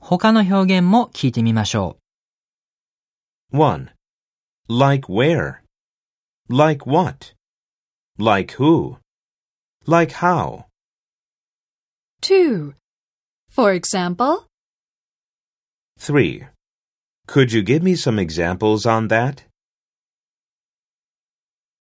他の表現も聞いてみましょ 1. Like where? Like what? Like who? Like how? 2. For example, 3. Could you give me some examples on that?